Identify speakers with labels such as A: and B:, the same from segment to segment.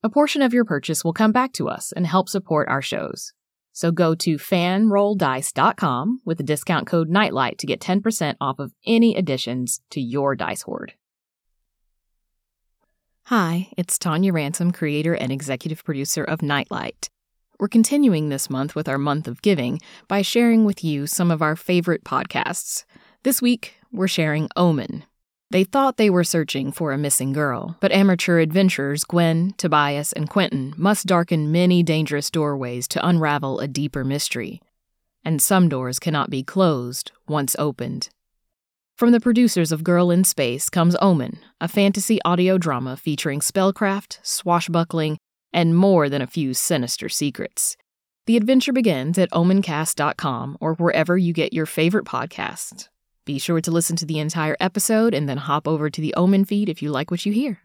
A: A portion of your purchase will come back to us and help support our shows. So go to fanrolldice.com with the discount code NIGHTLIGHT to get 10% off of any additions to your dice hoard. Hi, it's Tanya Ransom, creator and executive producer of Nightlight. We're continuing this month with our month of giving by sharing with you some of our favorite podcasts. This week, we're sharing Omen. They thought they were searching for a missing girl, but amateur adventurers Gwen, Tobias, and Quentin must darken many dangerous doorways to unravel a deeper mystery. And some doors cannot be closed once opened. From the producers of Girl in Space comes Omen, a fantasy audio drama featuring spellcraft, swashbuckling, and more than a few sinister secrets. The adventure begins at omencast.com or wherever you get your favorite podcasts. Be sure to listen to the entire episode and then hop over to the Omen feed if you like what you hear.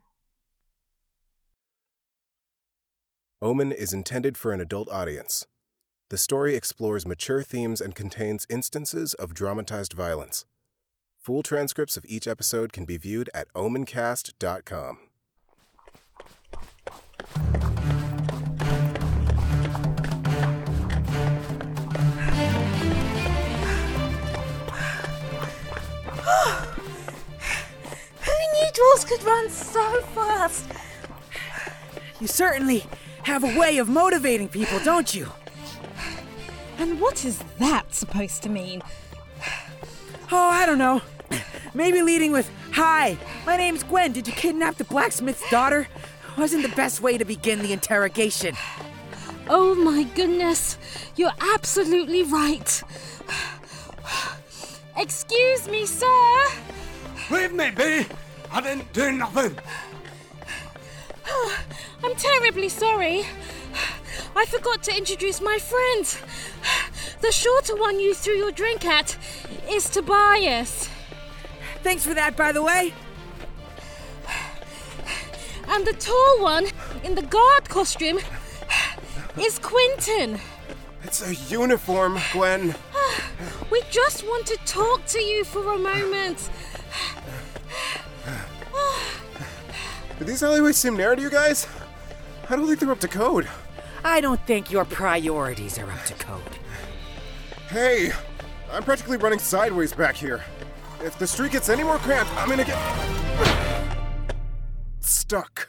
B: Omen is intended for an adult audience. The story explores mature themes and contains instances of dramatized violence. Full transcripts of each episode can be viewed at omencast.com.
C: Who knew dwarves could run so fast?
D: You certainly have a way of motivating people, don't you?
C: And what is that supposed to mean?
D: Oh, I don't know. Maybe leading with, Hi, my name's Gwen. Did you kidnap the blacksmith's daughter? Wasn't the best way to begin the interrogation.
C: Oh my goodness, you're absolutely right. Excuse me, sir.
E: Leave me be! I didn't do nothing!
C: I'm terribly sorry. I forgot to introduce my friend. The shorter one you threw your drink at is Tobias,
D: Thanks for that, by the way.
C: and the tall one in the guard costume is Quinton.
B: It's a uniform, Gwen.
C: We just want to talk to you for a moment.
B: Do these alleyways seem narrow to you guys? I don't think they're up to code.
D: I don't think your priorities are up to code.
B: Hey, I'm practically running sideways back here. If the street gets any more cramped, I'm gonna get. stuck.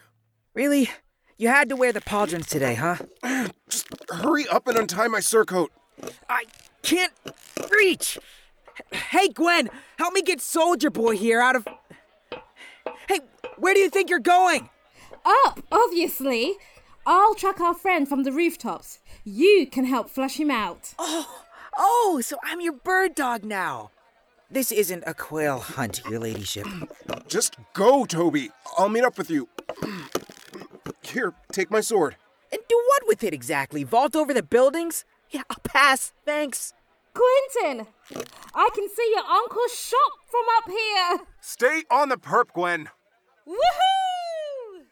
D: Really? You had to wear the pauldrons today, huh?
B: Just hurry up and untie my surcoat.
D: I can't reach. Hey, Gwen, help me get Soldier Boy here out of. Hey, where do you think you're going?
F: Up, Oh, obviously. I'll track our friend from the rooftops. You can help flush him out.
D: Oh, so I'm your bird dog now. This isn't a quail hunt, your ladyship.
B: Just go, Toby. I'll meet up with you. Here, take my sword.
D: And do what with it exactly? Vault over the buildings? Yeah, I'll pass. Thanks.
F: Quentin, I can see your uncle's shop from up here.
B: Stay on the perp, Gwen.
F: Woohoo!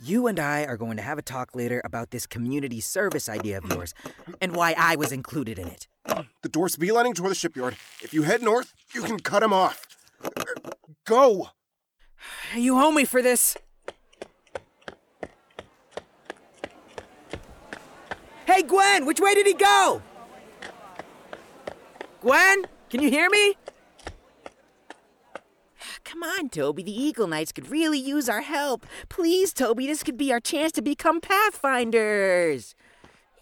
D: You and I are going to have a talk later about this community service idea of yours and why I was included in it.
B: The door's beelining toward the shipyard. If you head north, you can cut him off. Go!
D: You owe me for this. Hey, Gwen, which way did he go? Gwen, can you hear me?
G: Come on, Toby. The Eagle Knights could really use our help. Please, Toby, this could be our chance to become Pathfinders.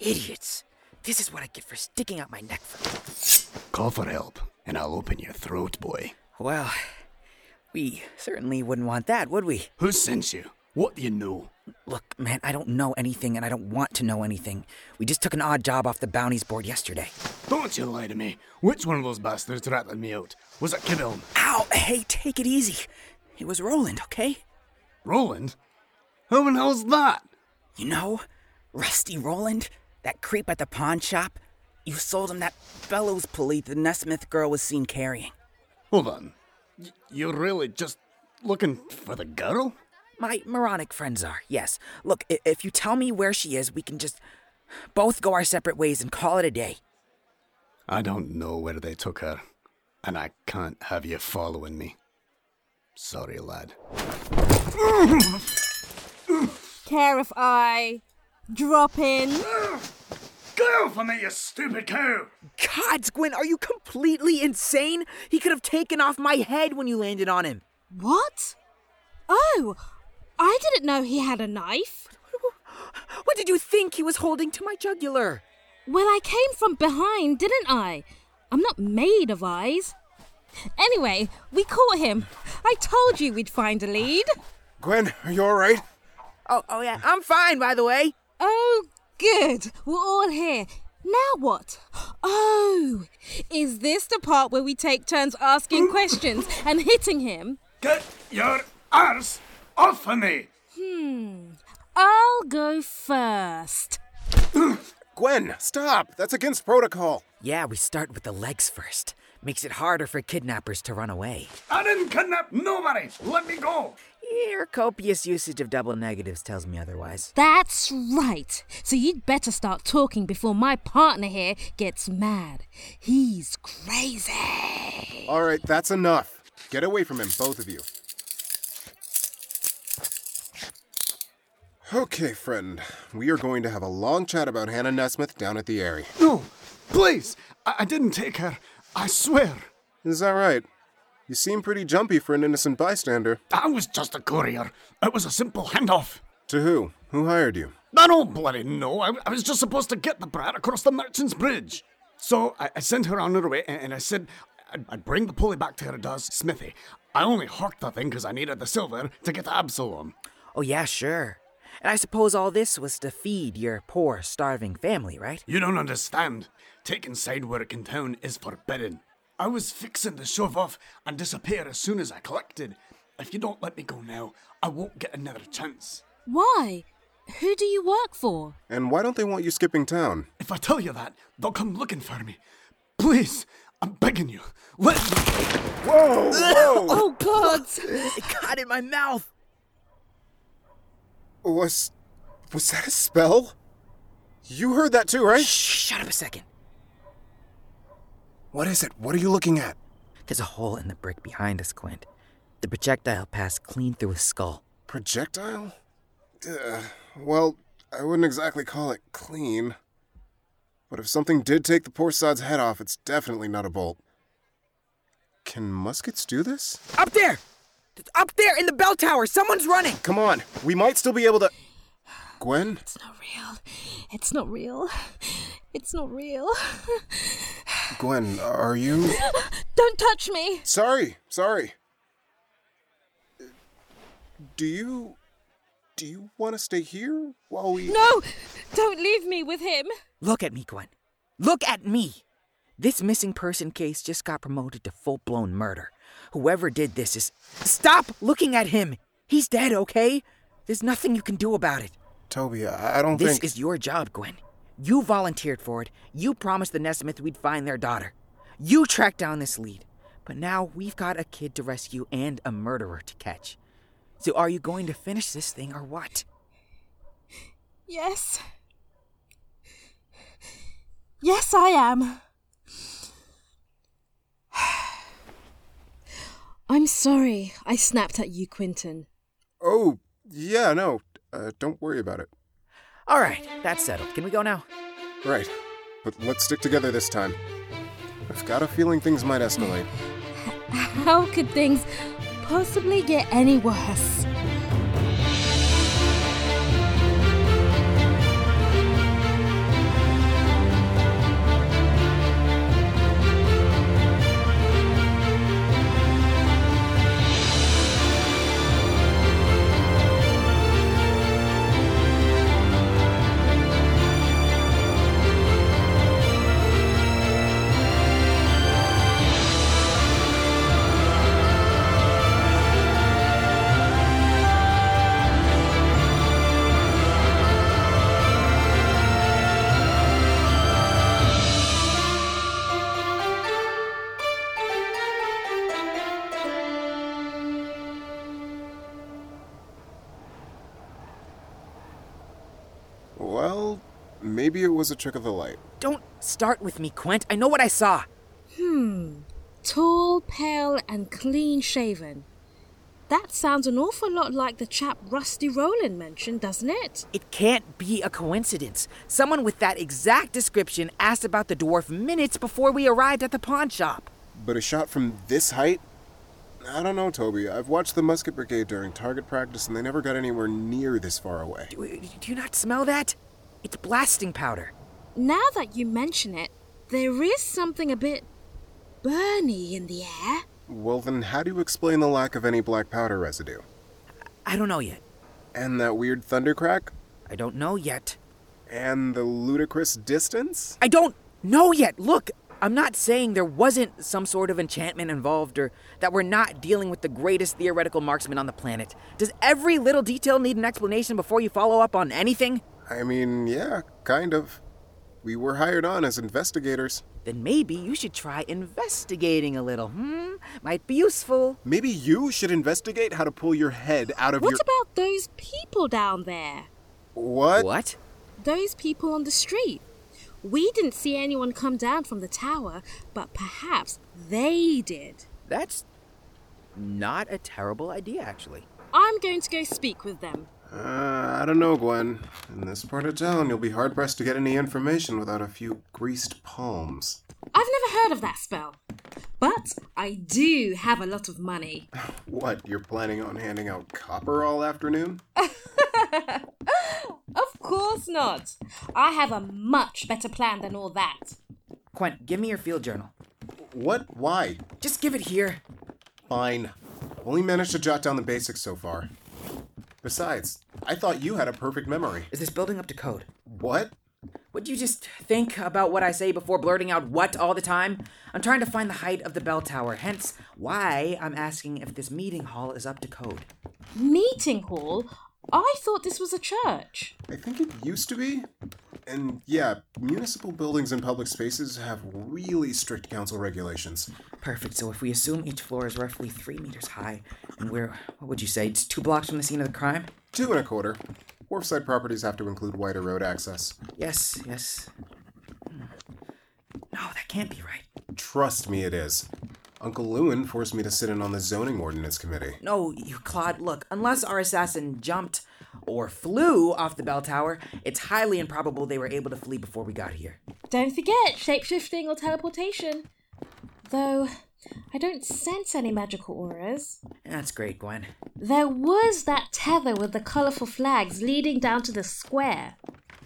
D: Idiots. This is what I get for sticking out my neck for.
E: Call for help, and I'll open your throat, boy.
D: Well, we certainly wouldn't want that, would we?
E: Who sent you? What do you know?
D: Look, man, I don't know anything and I don't want to know anything. We just took an odd job off the bounties board yesterday.
E: Don't you lie to me. Which one of those bastards ratted me out? Was it Kivilm?
D: Ow! Hey, take it easy. It was Roland, okay?
E: Roland? Who in hell's that?
D: You know, Rusty Roland, that creep at the pawn shop. You sold him that bellows pulley the Nesmith girl was seen carrying.
E: Hold on. Y- you're really just looking for the girl?
D: My moronic friends are, yes. Look, i- if you tell me where she is, we can just both go our separate ways and call it a day.
E: I don't know where they took her, and I can't have you following me. Sorry, lad.
F: Care if I drop in?
E: Go for me, you stupid cow!
D: Gods, Gwyn, are you completely insane? He could have taken off my head when you landed on him.
C: What? Oh, I didn't know he had a knife.
D: What did you think he was holding to my jugular?
C: Well, I came from behind, didn't I? I'm not made of eyes. Anyway, we caught him. I told you we'd find a lead.
E: Gwen, are you alright?
D: Oh, oh yeah, I'm fine, by the way.
C: Oh, good. We're all here. Now what? Oh, is this the part where we take turns asking questions and hitting him?
E: Get your arse off of me!
C: Hmm, I'll go first.
B: Gwen, stop! That's against protocol.
D: Yeah, we start with the legs first. Makes it harder for kidnappers to run away.
E: I didn't kidnap nobody! Let me go!
D: Your copious usage of double negatives tells me otherwise.
C: That's right. So you'd better start talking before my partner here gets mad. He's crazy.
B: All right, that's enough. Get away from him, both of you. Okay, friend. We are going to have a long chat about Hannah Nesmith down at the Airy.
E: No, please! I, I didn't take her. I swear.
B: Is that right? You seem pretty jumpy for an innocent bystander.
E: I was just a courier. It was a simple handoff.
B: To who? Who hired you?
E: I don't bloody know. I, I was just supposed to get the brat across the merchant's bridge. So I, I sent her on her way, and, and I said I'd, I'd bring the pulley back to her dad's smithy. I only hawked the thing 'cause I needed the silver to get to Absalom.
D: Oh, yeah, sure. And I suppose all this was to feed your poor, starving family, right?
E: You don't understand. Taking side work in town is forbidden. I was fixing to shove off and disappear as soon as I collected. If you don't let me go now, I won't get another chance.
C: Why? Who do you work for?
B: And why don't they want you skipping town?
E: If I tell you that, they'll come looking for me. Please, I'm begging you, let me.
B: Whoa! Whoa!
C: Oh, God.
D: It got in my mouth.
B: was was that a spell? You heard that too, right?
D: Shut up a second.
B: What is it? What are you looking at?
D: There's a hole in the brick behind us, Quint. The projectile passed clean through his skull.
B: Projectile? Ugh. well, I wouldn't exactly call it clean. But if something did take the poor sod's head off, it's definitely not a bolt. Can muskets do this?
D: Up there! It's Up there in the bell tower! Someone's running!
B: Come on, we might still be able to. Gwen,
C: It's not real. It's not real. It's not real.
B: Gwen, are you?
C: Don't touch me.
B: Sorry, sorry. Do you. Do you want to stay here while we.
C: No, don't leave me with him.
D: Look at me, Gwen. Look at me! This missing person case just got promoted to full blown murder. Whoever did this is. Stop looking at him! He's dead, okay? There's nothing you can do about it.
B: Toby, I I don't
D: This
B: think.
D: is your job, Gwen. You volunteered for it. You promised the Nesmith we'd find their daughter. You tracked down this lead. But now we've got a kid to rescue and a murderer to catch. So are you going to finish this thing or what?
C: Yes. Yes, I am. I'm sorry I snapped at you, Quinton.
B: Oh, yeah, no. Uh, don't worry about it.
D: All right, that's settled. Can we go now?
B: Right. But let's stick together this time. I've got a feeling things might escalate.
C: How could things possibly get any worse?
B: Maybe it was a trick of the light.
D: Don't start with me, Quint. I know what I saw.
C: Tall, pale, and clean shaven. That sounds an awful lot like the chap Rusty Rowland mentioned, doesn't it?
D: It can't be a coincidence. Someone with that exact description asked about the dwarf minutes before we arrived at the pawn shop.
B: But a shot from this height? I don't know, Toby. I've watched the musket brigade during target practice and they never got anywhere near this far away.
D: Do, do you not smell that? It's blasting powder.
C: Now that you mention it, there is something a bit burny in the air.
B: Well, then, how do you explain the lack of any black powder residue?
D: I don't know yet.
B: And that weird thunder crack?
D: I don't know yet.
B: And the ludicrous distance?
D: I don't know yet. Look, I'm not saying there wasn't some sort of enchantment involved or that we're not dealing with the greatest theoretical marksman on the planet. Does every little detail need an explanation before you follow up on anything?
B: I mean, yeah, kind of. We were hired on as investigators.
D: Then maybe you should try investigating a little. Hmm? Might be useful.
B: Maybe you should investigate how to pull your head out of
C: What
B: your.
C: about those people down there?
B: what?
D: What?
C: Those people on the street? We didn't see anyone come down from the tower, but perhaps they did.
D: That's not a terrible idea, actually.
C: I'm going to go speak with them.
B: Uh, I don't know, Gwen. In this part of town, you'll be hard pressed to get any information without a few greased palms.
C: I've never heard of that spell, but I do have a lot of money.
B: What, you're planning on handing out copper all afternoon?
C: Of course not. I have a much better plan than all that.
D: Quint, give me your field journal.
B: What? Why?
D: Just give it here.
B: Fine. Only managed to jot down the basics so far. Besides, I thought you had a perfect memory.
D: Is this building up to code?
B: What?
D: Would you just think about what I say before blurting out what all the time? I'm trying to find the height of the bell tower, hence why I'm asking if this meeting hall is up to code.
C: Meeting hall? I thought this was a church.
B: I think it used to be. And yeah, municipal buildings and public spaces have really strict council regulations.
D: Perfect. So if we assume each floor is roughly three meters high, and we're what would you say? It's two blocks from the scene of the crime.
B: Two and a quarter. Wharfside properties have to include wider road access.
D: Yes. Yes. Hmm. No, that can't be right.
B: Trust me, it is. Uncle Lewin forced me to sit in on the zoning ordinance committee.
D: No, you Claude, look, unless our assassin jumped or flew off the bell tower, it's highly improbable they were able to flee before we got here.
C: Don't forget shapeshifting or teleportation. Though, I don't sense any magical auras.
D: That's great, Gwen.
C: There was that tether with the colourful flags leading down to the square.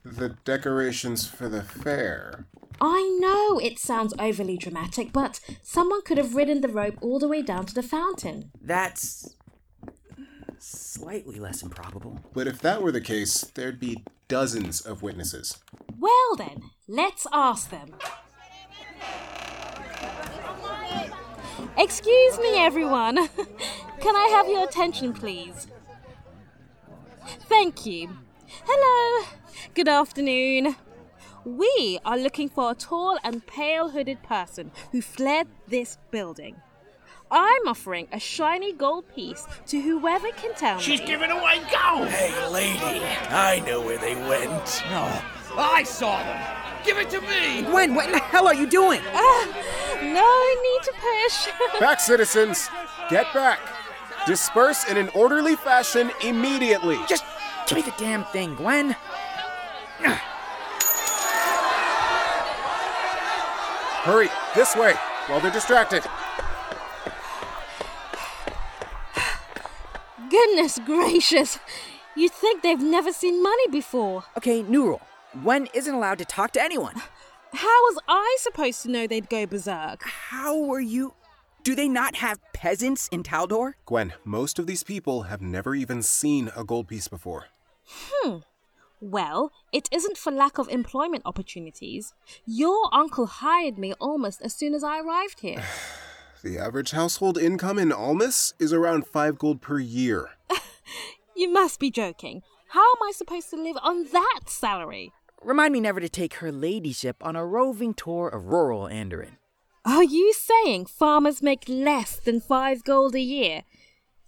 B: The decorations for the fair.
C: I know it sounds overly dramatic, but someone could have ridden the rope all the way down to the fountain.
D: That's slightly less improbable.
B: But if that were the case, there'd be dozens of witnesses.
C: Well then, let's ask them. Excuse me, everyone. Can I have your attention, please? Thank you. Hello. Good afternoon. We are looking for a tall and pale hooded person who fled this building. I'm offering a shiny gold piece to whoever can tell me.
H: giving away gold! Hey, lady, I know where they went. No, I saw them. Give it to me!
D: Gwen, what in the hell are you doing?
C: No need to push.
B: Back, citizens! Get back! Disperse in an orderly fashion immediately!
D: Just give me the damn thing, Gwen.
B: Hurry, this way, while they're distracted.
C: Goodness gracious! You'd think they've never seen money before.
D: Okay, new rule. Gwen isn't allowed to talk to anyone.
C: How was I supposed to know they'd go berserk?
D: How were you? Do they not have peasants in Taldor?
B: Gwen, most of these people have never even seen a gold piece before.
C: Well, it isn't for lack of employment opportunities. Your uncle hired me almost as soon as I arrived here.
B: The average household income in Almas is around five gold per year.
C: You must be joking. How am I supposed to live on that salary?
D: Remind me never to take her ladyship on a roving tour of rural Andorin.
C: Are you saying farmers make less than five gold a year?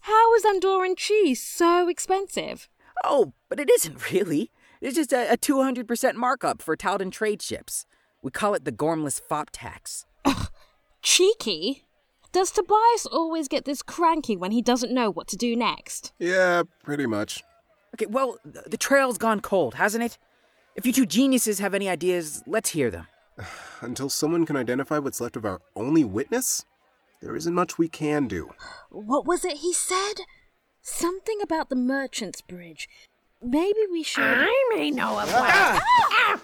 C: How is Andorran cheese so expensive?
D: Oh, but it isn't really. It's just a, a 200% markup for Talden trade ships. We call it the Gormless FOP tax.
C: Cheeky? Does Tobias always get this cranky when he doesn't know what to do next?
B: Yeah, pretty much.
D: Okay, well, th- the trail's gone cold, hasn't it? If you two geniuses have any ideas, let's hear them.
B: Until someone can identify what's left of our only witness, there isn't much we can do.
C: What was it he said? Something about the Merchant's Bridge. Maybe we should.
I: I may know of one. Ah!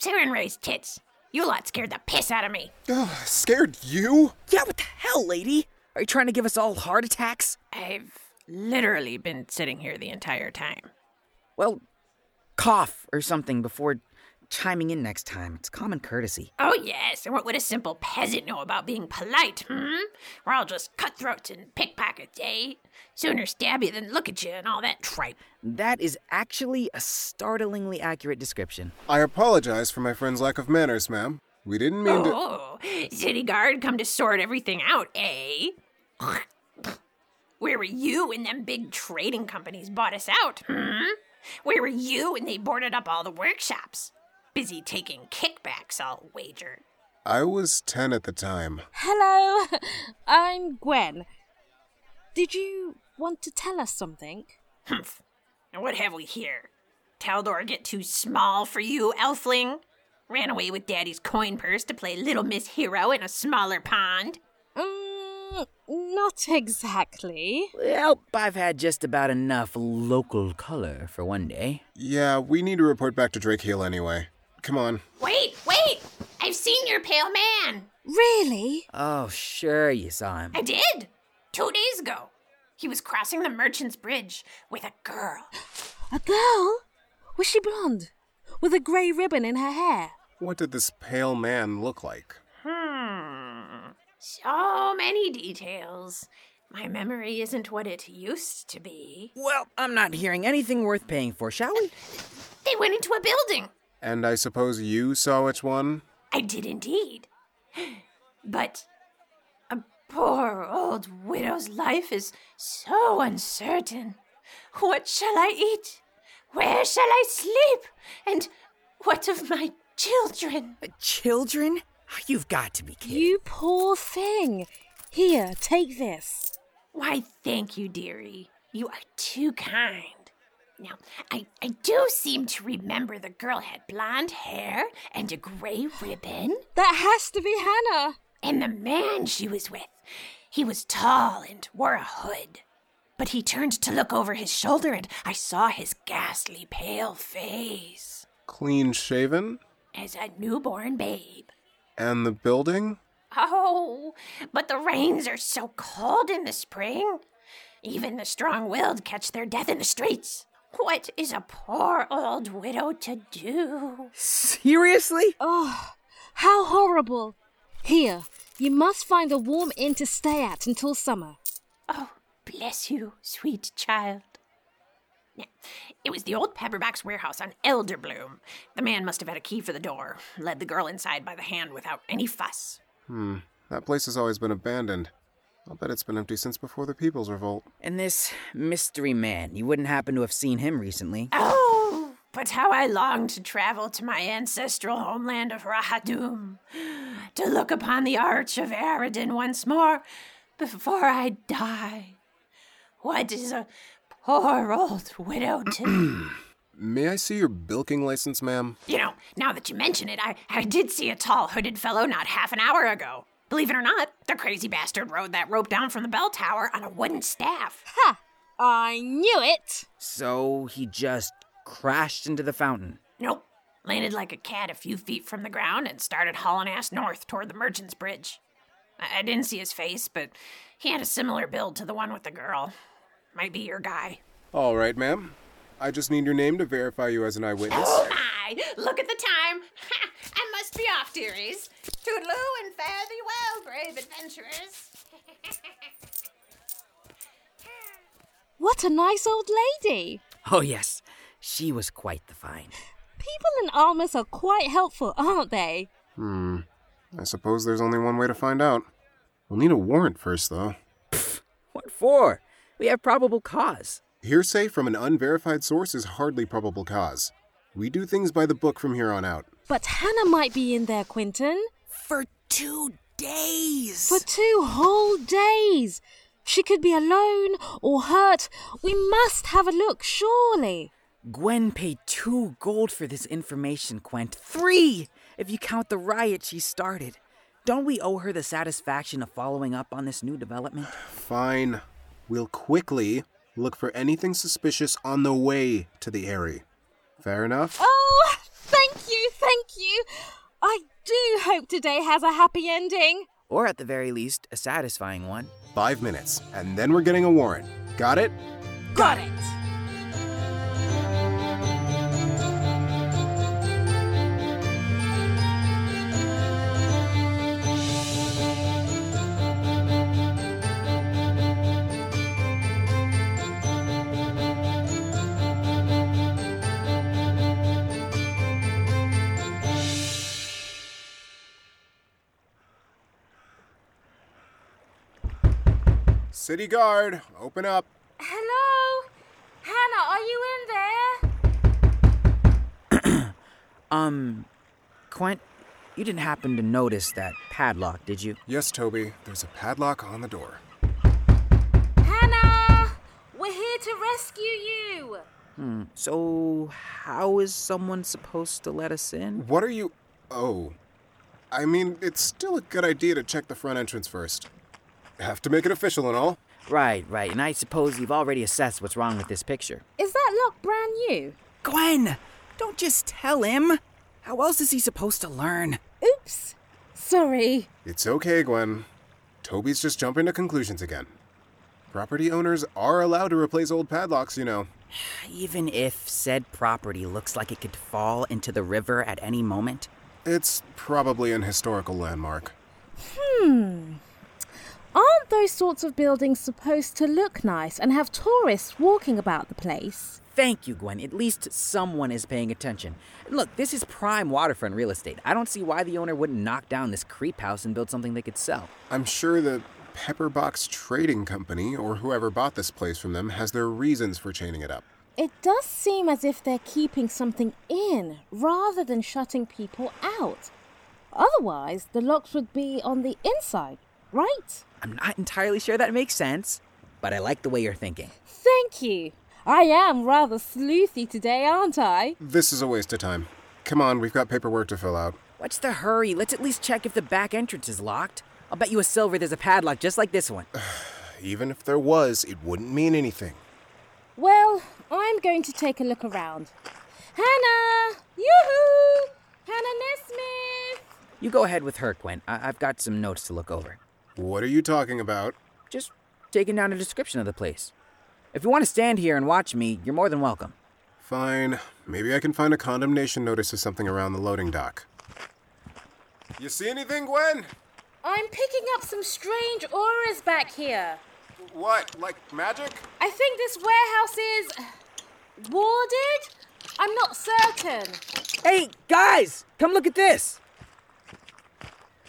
I: Taryn raised tits. You lot scared the piss out of me.
B: Ugh, scared you?
D: Yeah, what the hell, lady? Are you trying to give us all heart attacks?
I: I've literally been sitting here the entire time.
D: Well, cough or something before chiming in next time. It's common courtesy.
I: Oh, yes, and what would a simple peasant know about being polite, hmm? We're all just cutthroats and pickpockets, eh? Sooner stab you than look at you and all that tripe.
D: That is actually a startlingly accurate description.
B: I apologize for my friend's lack of manners, ma'am. We didn't mean to.
I: Oh, city guard come to sort everything out, eh? Where were you when them big trading companies bought us out, hmm? Where were you when they boarded up all the workshops? Busy taking kickbacks, I'll wager.
B: I was 10 at the time.
C: Hello, I'm Gwen. Did you want to tell us something?
I: Humph. And what have we here? Taldor get too small for you, Elfling? Ran away with Daddy's coin purse to play Little Miss Hero in a smaller pond?
C: Mm, not exactly.
D: Well, I've had just about enough local color for one day.
B: Yeah, we need to report back to Drake Hill anyway. Come on.
I: Wait, wait! I've seen your pale man!
C: Really?
D: Oh, sure, you saw him.
I: I did! Two days ago. He was crossing the Merchant's Bridge with a girl.
C: A girl? Was she blonde? With a grey ribbon in her hair?
B: What did this pale man look like?
I: Hmm. So many details. My memory isn't what it used to be.
D: Well, I'm not hearing anything worth paying for, shall we?
I: They went into a building.
B: And I suppose you saw which one?
I: I did indeed. But a poor old widow's life is so uncertain. What shall I eat? Where shall I sleep? And what of my children?
D: Uh, Children? Ah, You've got to be kidding.
C: You poor thing. Here, take this.
I: Why, thank you, dearie. You are too kind. Now, I, I do seem to remember the girl had blonde hair and a gray ribbon,
C: That has to be Hannah.
I: and the man she was with. He was tall and wore a hood. But he turned to look over his shoulder, and I saw his ghastly pale face
B: Clean shaven?
I: as a newborn babe.
B: And the building?
I: Oh, but the rains are so cold in the spring. Even the strong willed catch their death in the streets. What is a poor old widow to do?
D: Seriously?
C: Oh, how horrible. Here, you must find a warm inn to stay at until summer.
I: Oh, bless you, sweet child. Now, it was the old Pepperback's warehouse on Elderbloom. The man must have had a key for the door, led the girl inside by the hand without any fuss.
B: Hmm. That place has always been abandoned. I'll bet it's been empty since before the People's Revolt.
D: And this mystery man, you wouldn't happen to have seen him recently.
I: Oh, but how I long to travel to my ancestral homeland of Rahadum, to look upon the Arch of Aridin once more before I die. What is a poor old widow to
B: May I see your bilking license, ma'am?
I: You know, now that you mention it, I, I did see a tall hooded fellow not half an hour ago. Believe it or not, the crazy bastard rode that rope down from the bell tower on a wooden staff.
C: Ha! I knew it.
D: So he just crashed into the fountain.
I: Nope. Landed like a cat a few feet from the ground and started hauling ass north toward the Merchant's Bridge. I, I didn't see his face, but he had a similar build to the one with the girl. Might be your guy.
B: All right, ma'am. I just need your name to verify you as an eyewitness.
I: Oh my! Look at the time! Ha! I must be off, dearies. Toodaloo and fare thee well, brave adventurers.
C: What a nice old lady.
D: Oh, yes, she was quite the find.
C: People in Almas are quite helpful, aren't they?
B: Hmm. I suppose there's only one way to find out. We'll need a warrant first, though.
D: What for? We have probable cause.
B: Hearsay from an unverified source is hardly probable cause. We do things by the book from here on out.
C: But Hannah might be in there, Quinton.
G: For two days.
C: For two whole days. She could be alone or hurt. We must have a look, surely.
D: Gwen paid two gold for this information, Quent. Three! If you count the riot she started. Don't we owe her the satisfaction of following up on this new development?
B: Fine. We'll quickly look for anything suspicious on the way to the Airy. Fair enough?
C: Oh, thank you, thank you. I do hope today has a happy ending.
D: Or at the very least, a satisfying one.
B: Five minutes, and then we're getting a warrant. Got it?
C: Got it.
B: City Guard, open up.
C: Hello? Hannah, are you in there?
D: Um, Quent, you didn't happen to notice that padlock, did you?
B: Yes, Toby, there's a padlock on the door.
C: Hannah! We're here to rescue you.
D: Hmm. So, how is someone supposed to let us in?
B: What are you. Oh. I mean, it's still a good idea to check the front entrance first. Have to make it official and all.
D: Right, right. And I suppose you've already assessed what's wrong with this picture.
C: Is that lock brand new?
D: Gwen, don't just tell him. How else is he supposed to learn?
C: Oops. Sorry.
B: It's okay, Gwen. Toby's just jumping to conclusions again. Property owners are allowed to replace old padlocks, you know.
D: Even if said property looks like it could fall into the river at any moment?
B: It's probably an historical landmark.
C: Hmm. Aren't those sorts of buildings supposed to look nice and have tourists walking about the place?
D: Thank you, Gwen. At least someone is paying attention. Look, this is prime waterfront real estate. I don't see why the owner wouldn't knock down this creep house and build something they could sell.
B: I'm sure the Pepperbox Trading Company, or whoever bought this place from them, has their reasons for chaining it up.
C: It does seem as if they're keeping something in rather than shutting people out. Otherwise, the locks would be on the inside, right?
D: I'm not entirely sure that makes sense, but I like the way you're thinking.
C: Thank you. I am rather sleuthy today, aren't I?
B: This is a waste of time. Come on, we've got paperwork to fill out.
D: What's the hurry? Let's at least check if the back entrance is locked. I'll bet you a silver there's a padlock just like this one.
B: Even if there was, it wouldn't mean anything.
C: Well, I'm going to take a look around. Hannah! Yoo-hoo! Hannah Nesmith!
D: You go ahead with her, Gwen. I- I've got some notes to look over.
B: What are you talking about?
D: Just taking down a description of the place. If you want to stand here and watch me, you're more than welcome.
B: Fine. Maybe I can find a condemnation notice or something around the loading dock. You see anything, Gwen?
C: I'm picking up some strange auras back here.
B: What? Like magic?
C: I think this warehouse is. warded? I'm not certain.
D: Hey, guys, come look at this.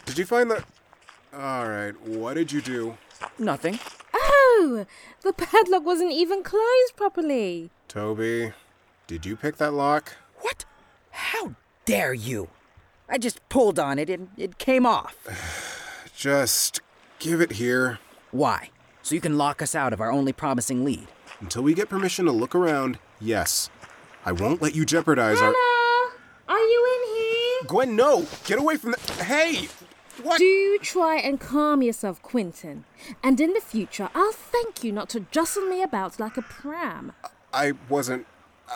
B: Did you find the. Alright, what did you do?
D: Nothing.
C: Oh! The padlock wasn't even closed properly.
B: Toby, did you pick that lock?
D: What? How dare you? I just pulled on it and it came off.
B: Just give it here.
D: Why? So you can lock us out of our only promising lead.
B: Until we get permission to look around, yes. I won't let you jeopardize our.
C: Hannah, are you in here?
B: Gwen, no! Get away from the. Hey! What?
C: Do try and calm yourself, Quinton. And in the future, I'll thank you not to jostle me about like a pram.
B: I wasn't.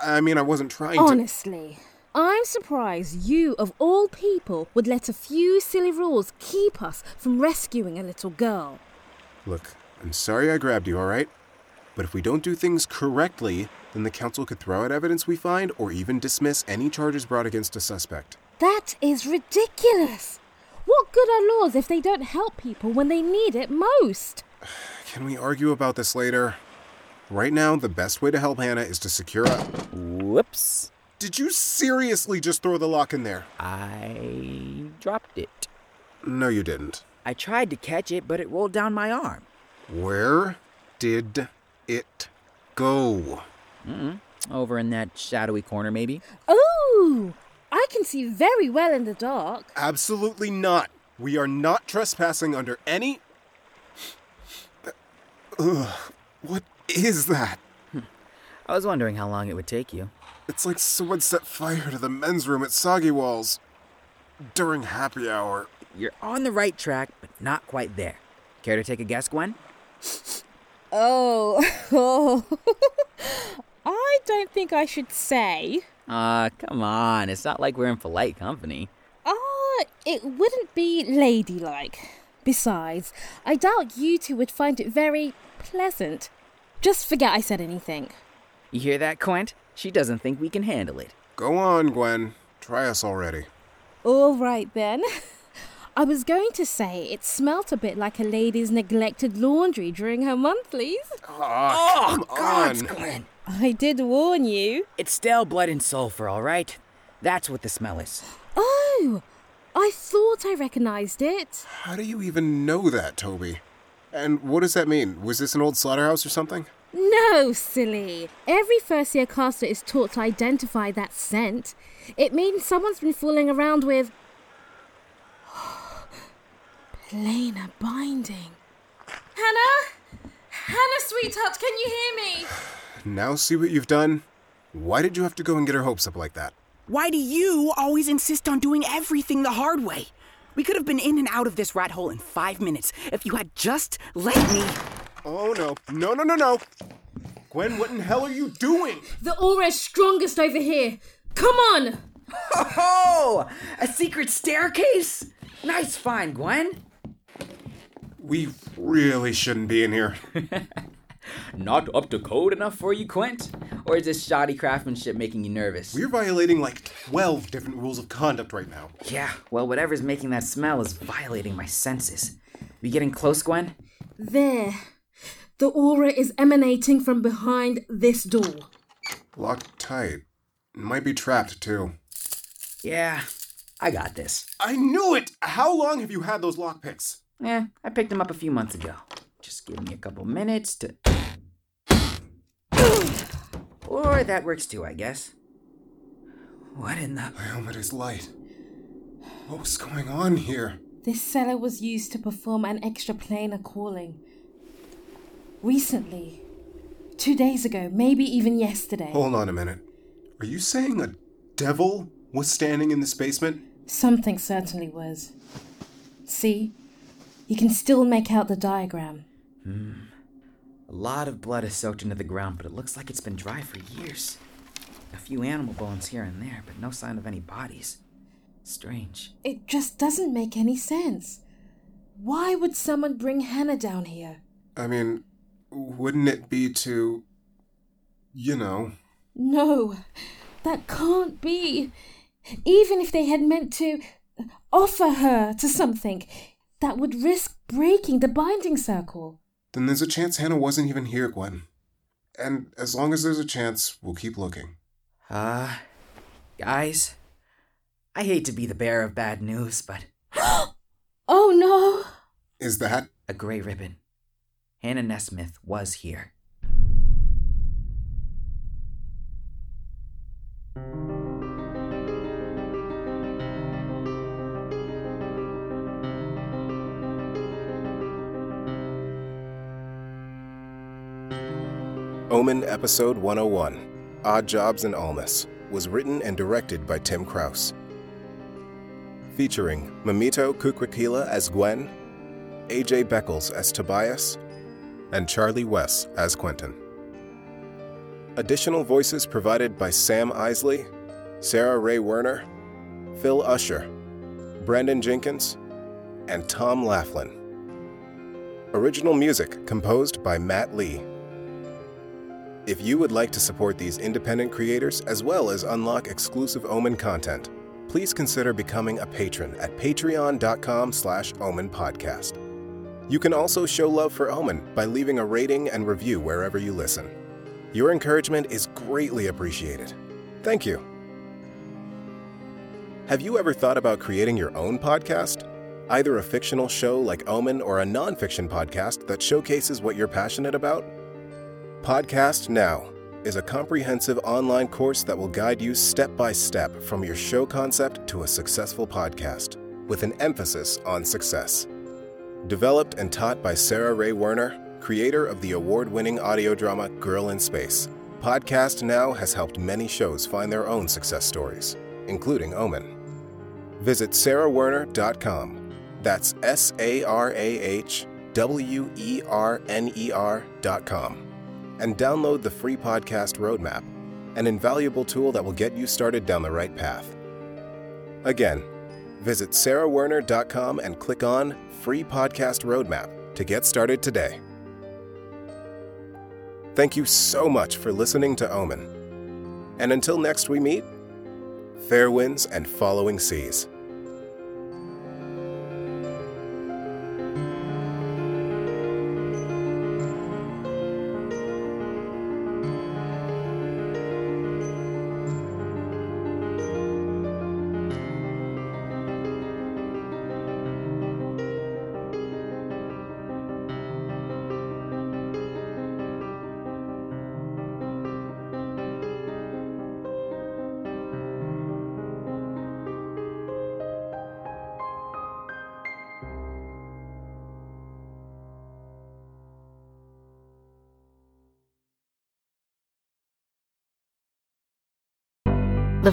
B: I mean, I wasn't trying to.
C: Honestly, I'm surprised you, of all people, would let a few silly rules keep us from rescuing a little girl.
B: Look, I'm sorry I grabbed you, alright? But if we don't do things correctly, then the council could throw out evidence we find or even dismiss any charges brought against a suspect.
C: That is ridiculous. What good are laws if they don't help people when they need it most?
B: Can we argue about this later? Right now, the best way to help Hannah is to secure a.
D: Whoops.
B: Did you seriously just throw the lock in there?
D: I dropped it.
B: No, you didn't.
D: I tried to catch it, but it rolled down my arm.
B: Where did it go?
D: Over in that shadowy corner, maybe?
C: Oh, Ooh, I can see very well in the dark.
B: Absolutely not. We are not trespassing under any. Ugh, what is that?
D: I was wondering how long it would take you.
B: It's like someone set fire to the men's room at Soggy Walls during happy hour.
D: You're on the right track, but not quite there. Care to take a guess, Gwen?
C: Oh, I don't think I should say.
D: Ah, come on. It's not like we're in polite company.
C: Ah, it wouldn't be ladylike. Besides, I doubt you two would find it very pleasant. Just forget I said anything.
D: You hear that, Quint? She doesn't think we can handle it.
B: Go on, Gwen. Try us already.
C: All right then. I was going to say it smelt a bit like a lady's neglected laundry during her monthlies.
B: Ah, come
D: Gods,
B: on.
D: Gwen!
C: I did warn you.
D: Oh, It's stale blood and sulfur, all right? That's what the smell is.
C: Oh, I thought I recognized it.
B: How do you even know that, Toby? And what does that mean? Was this an old slaughterhouse or something?
C: No, silly. Every first year caster is taught to identify that scent. It means someone's been fooling around with. planar binding.
F: Hannah? Hannah, sweetheart, can you hear me?
B: Now see what you've done? Why did you have to go and get her hopes up like that?
G: Why do you always insist on doing everything the hard way? We could have been in and out of this rat hole in five minutes if you had just let me.
B: Oh no. No, no, no, no. Gwen, what in hell are you doing?
F: The aura's strongest over here. Come on!
D: Oh! A secret staircase? Nice find, Gwen.
B: We really shouldn't be in here.
D: Not up to code enough for you, Quint? Or is this shoddy craftsmanship making you nervous?
B: We're violating like 12 different rules of conduct right now.
D: Yeah, well, whatever's making that smell is violating my senses. We getting close, Gwen?
F: There. The aura is emanating from behind this door.
B: Locked tight. Might be trapped too.
D: Yeah, I got this.
B: I knew it! How long have you had those lockpicks?
D: Yeah, I picked him up a few months ago. Just give me a couple minutes to. or that works too, I guess. What in the.
B: My helmet is light. What's going on here?
F: This cellar was used to perform an extra planar calling. Recently. Two days ago, maybe even yesterday.
B: Hold on a minute. Are you saying a devil was standing in this basement?
F: Something certainly was. See? You can still make out the diagram.
D: A lot of blood is soaked into the ground, but it looks like it's been dry for years. A few animal bones here and there, but no sign of any bodies. Strange.
F: It just doesn't make any sense. Why would someone bring Hannah down here?
B: I mean, wouldn't it be to. you know.
F: No, that can't be. Even if they had meant to offer her to something, that would risk breaking the binding circle.
B: Then there's a chance Hannah wasn't even here, Gwen. And as long as there's a chance, we'll keep looking.
D: Uh, guys, I hate to be the bearer of bad news, but
F: Oh no!
B: Is that.
D: a gray ribbon. Hannah Nesmith was here.
B: Omen Episode 101 Odd Jobs and Almas was written and directed by Tim Kraus. Featuring Mamito Kukwakila as Gwen, AJ Beckles as Tobias, and Charlie Wess as Quentin. Additional voices provided by Sam Isley, Sarah Ray Werner, Phil Usher, Brandon Jenkins, and Tom Laughlin. Original music composed by Matt Lee. If you would like to support these independent creators as well as unlock exclusive Omen content, please consider becoming a patron at patreon.com slash omen podcast. You can also show love for Omen by leaving a rating and review wherever you listen. Your encouragement is greatly appreciated. Thank you. Have you ever thought about creating your own podcast? Either a fictional show like Omen or a nonfiction podcast that showcases what you're passionate about? Podcast now is a comprehensive online course that will guide you step by step from your show concept to a successful podcast, with an emphasis on success. Developed and taught by Sarah Ray Werner, creator of the award winning audio drama Girl in Space, Podcast Now has helped many shows find their own success stories, including Omen. Visit sarahwerner.com. That's S A R A H W E R N E R.com. And download the free podcast roadmap, an invaluable tool that will get you started down the right path. Again, visit sarahwerner.com and click on Free Podcast Roadmap to get started today. Thank you so much for listening to Omen. And until next we meet, fair winds and following seas.
J: The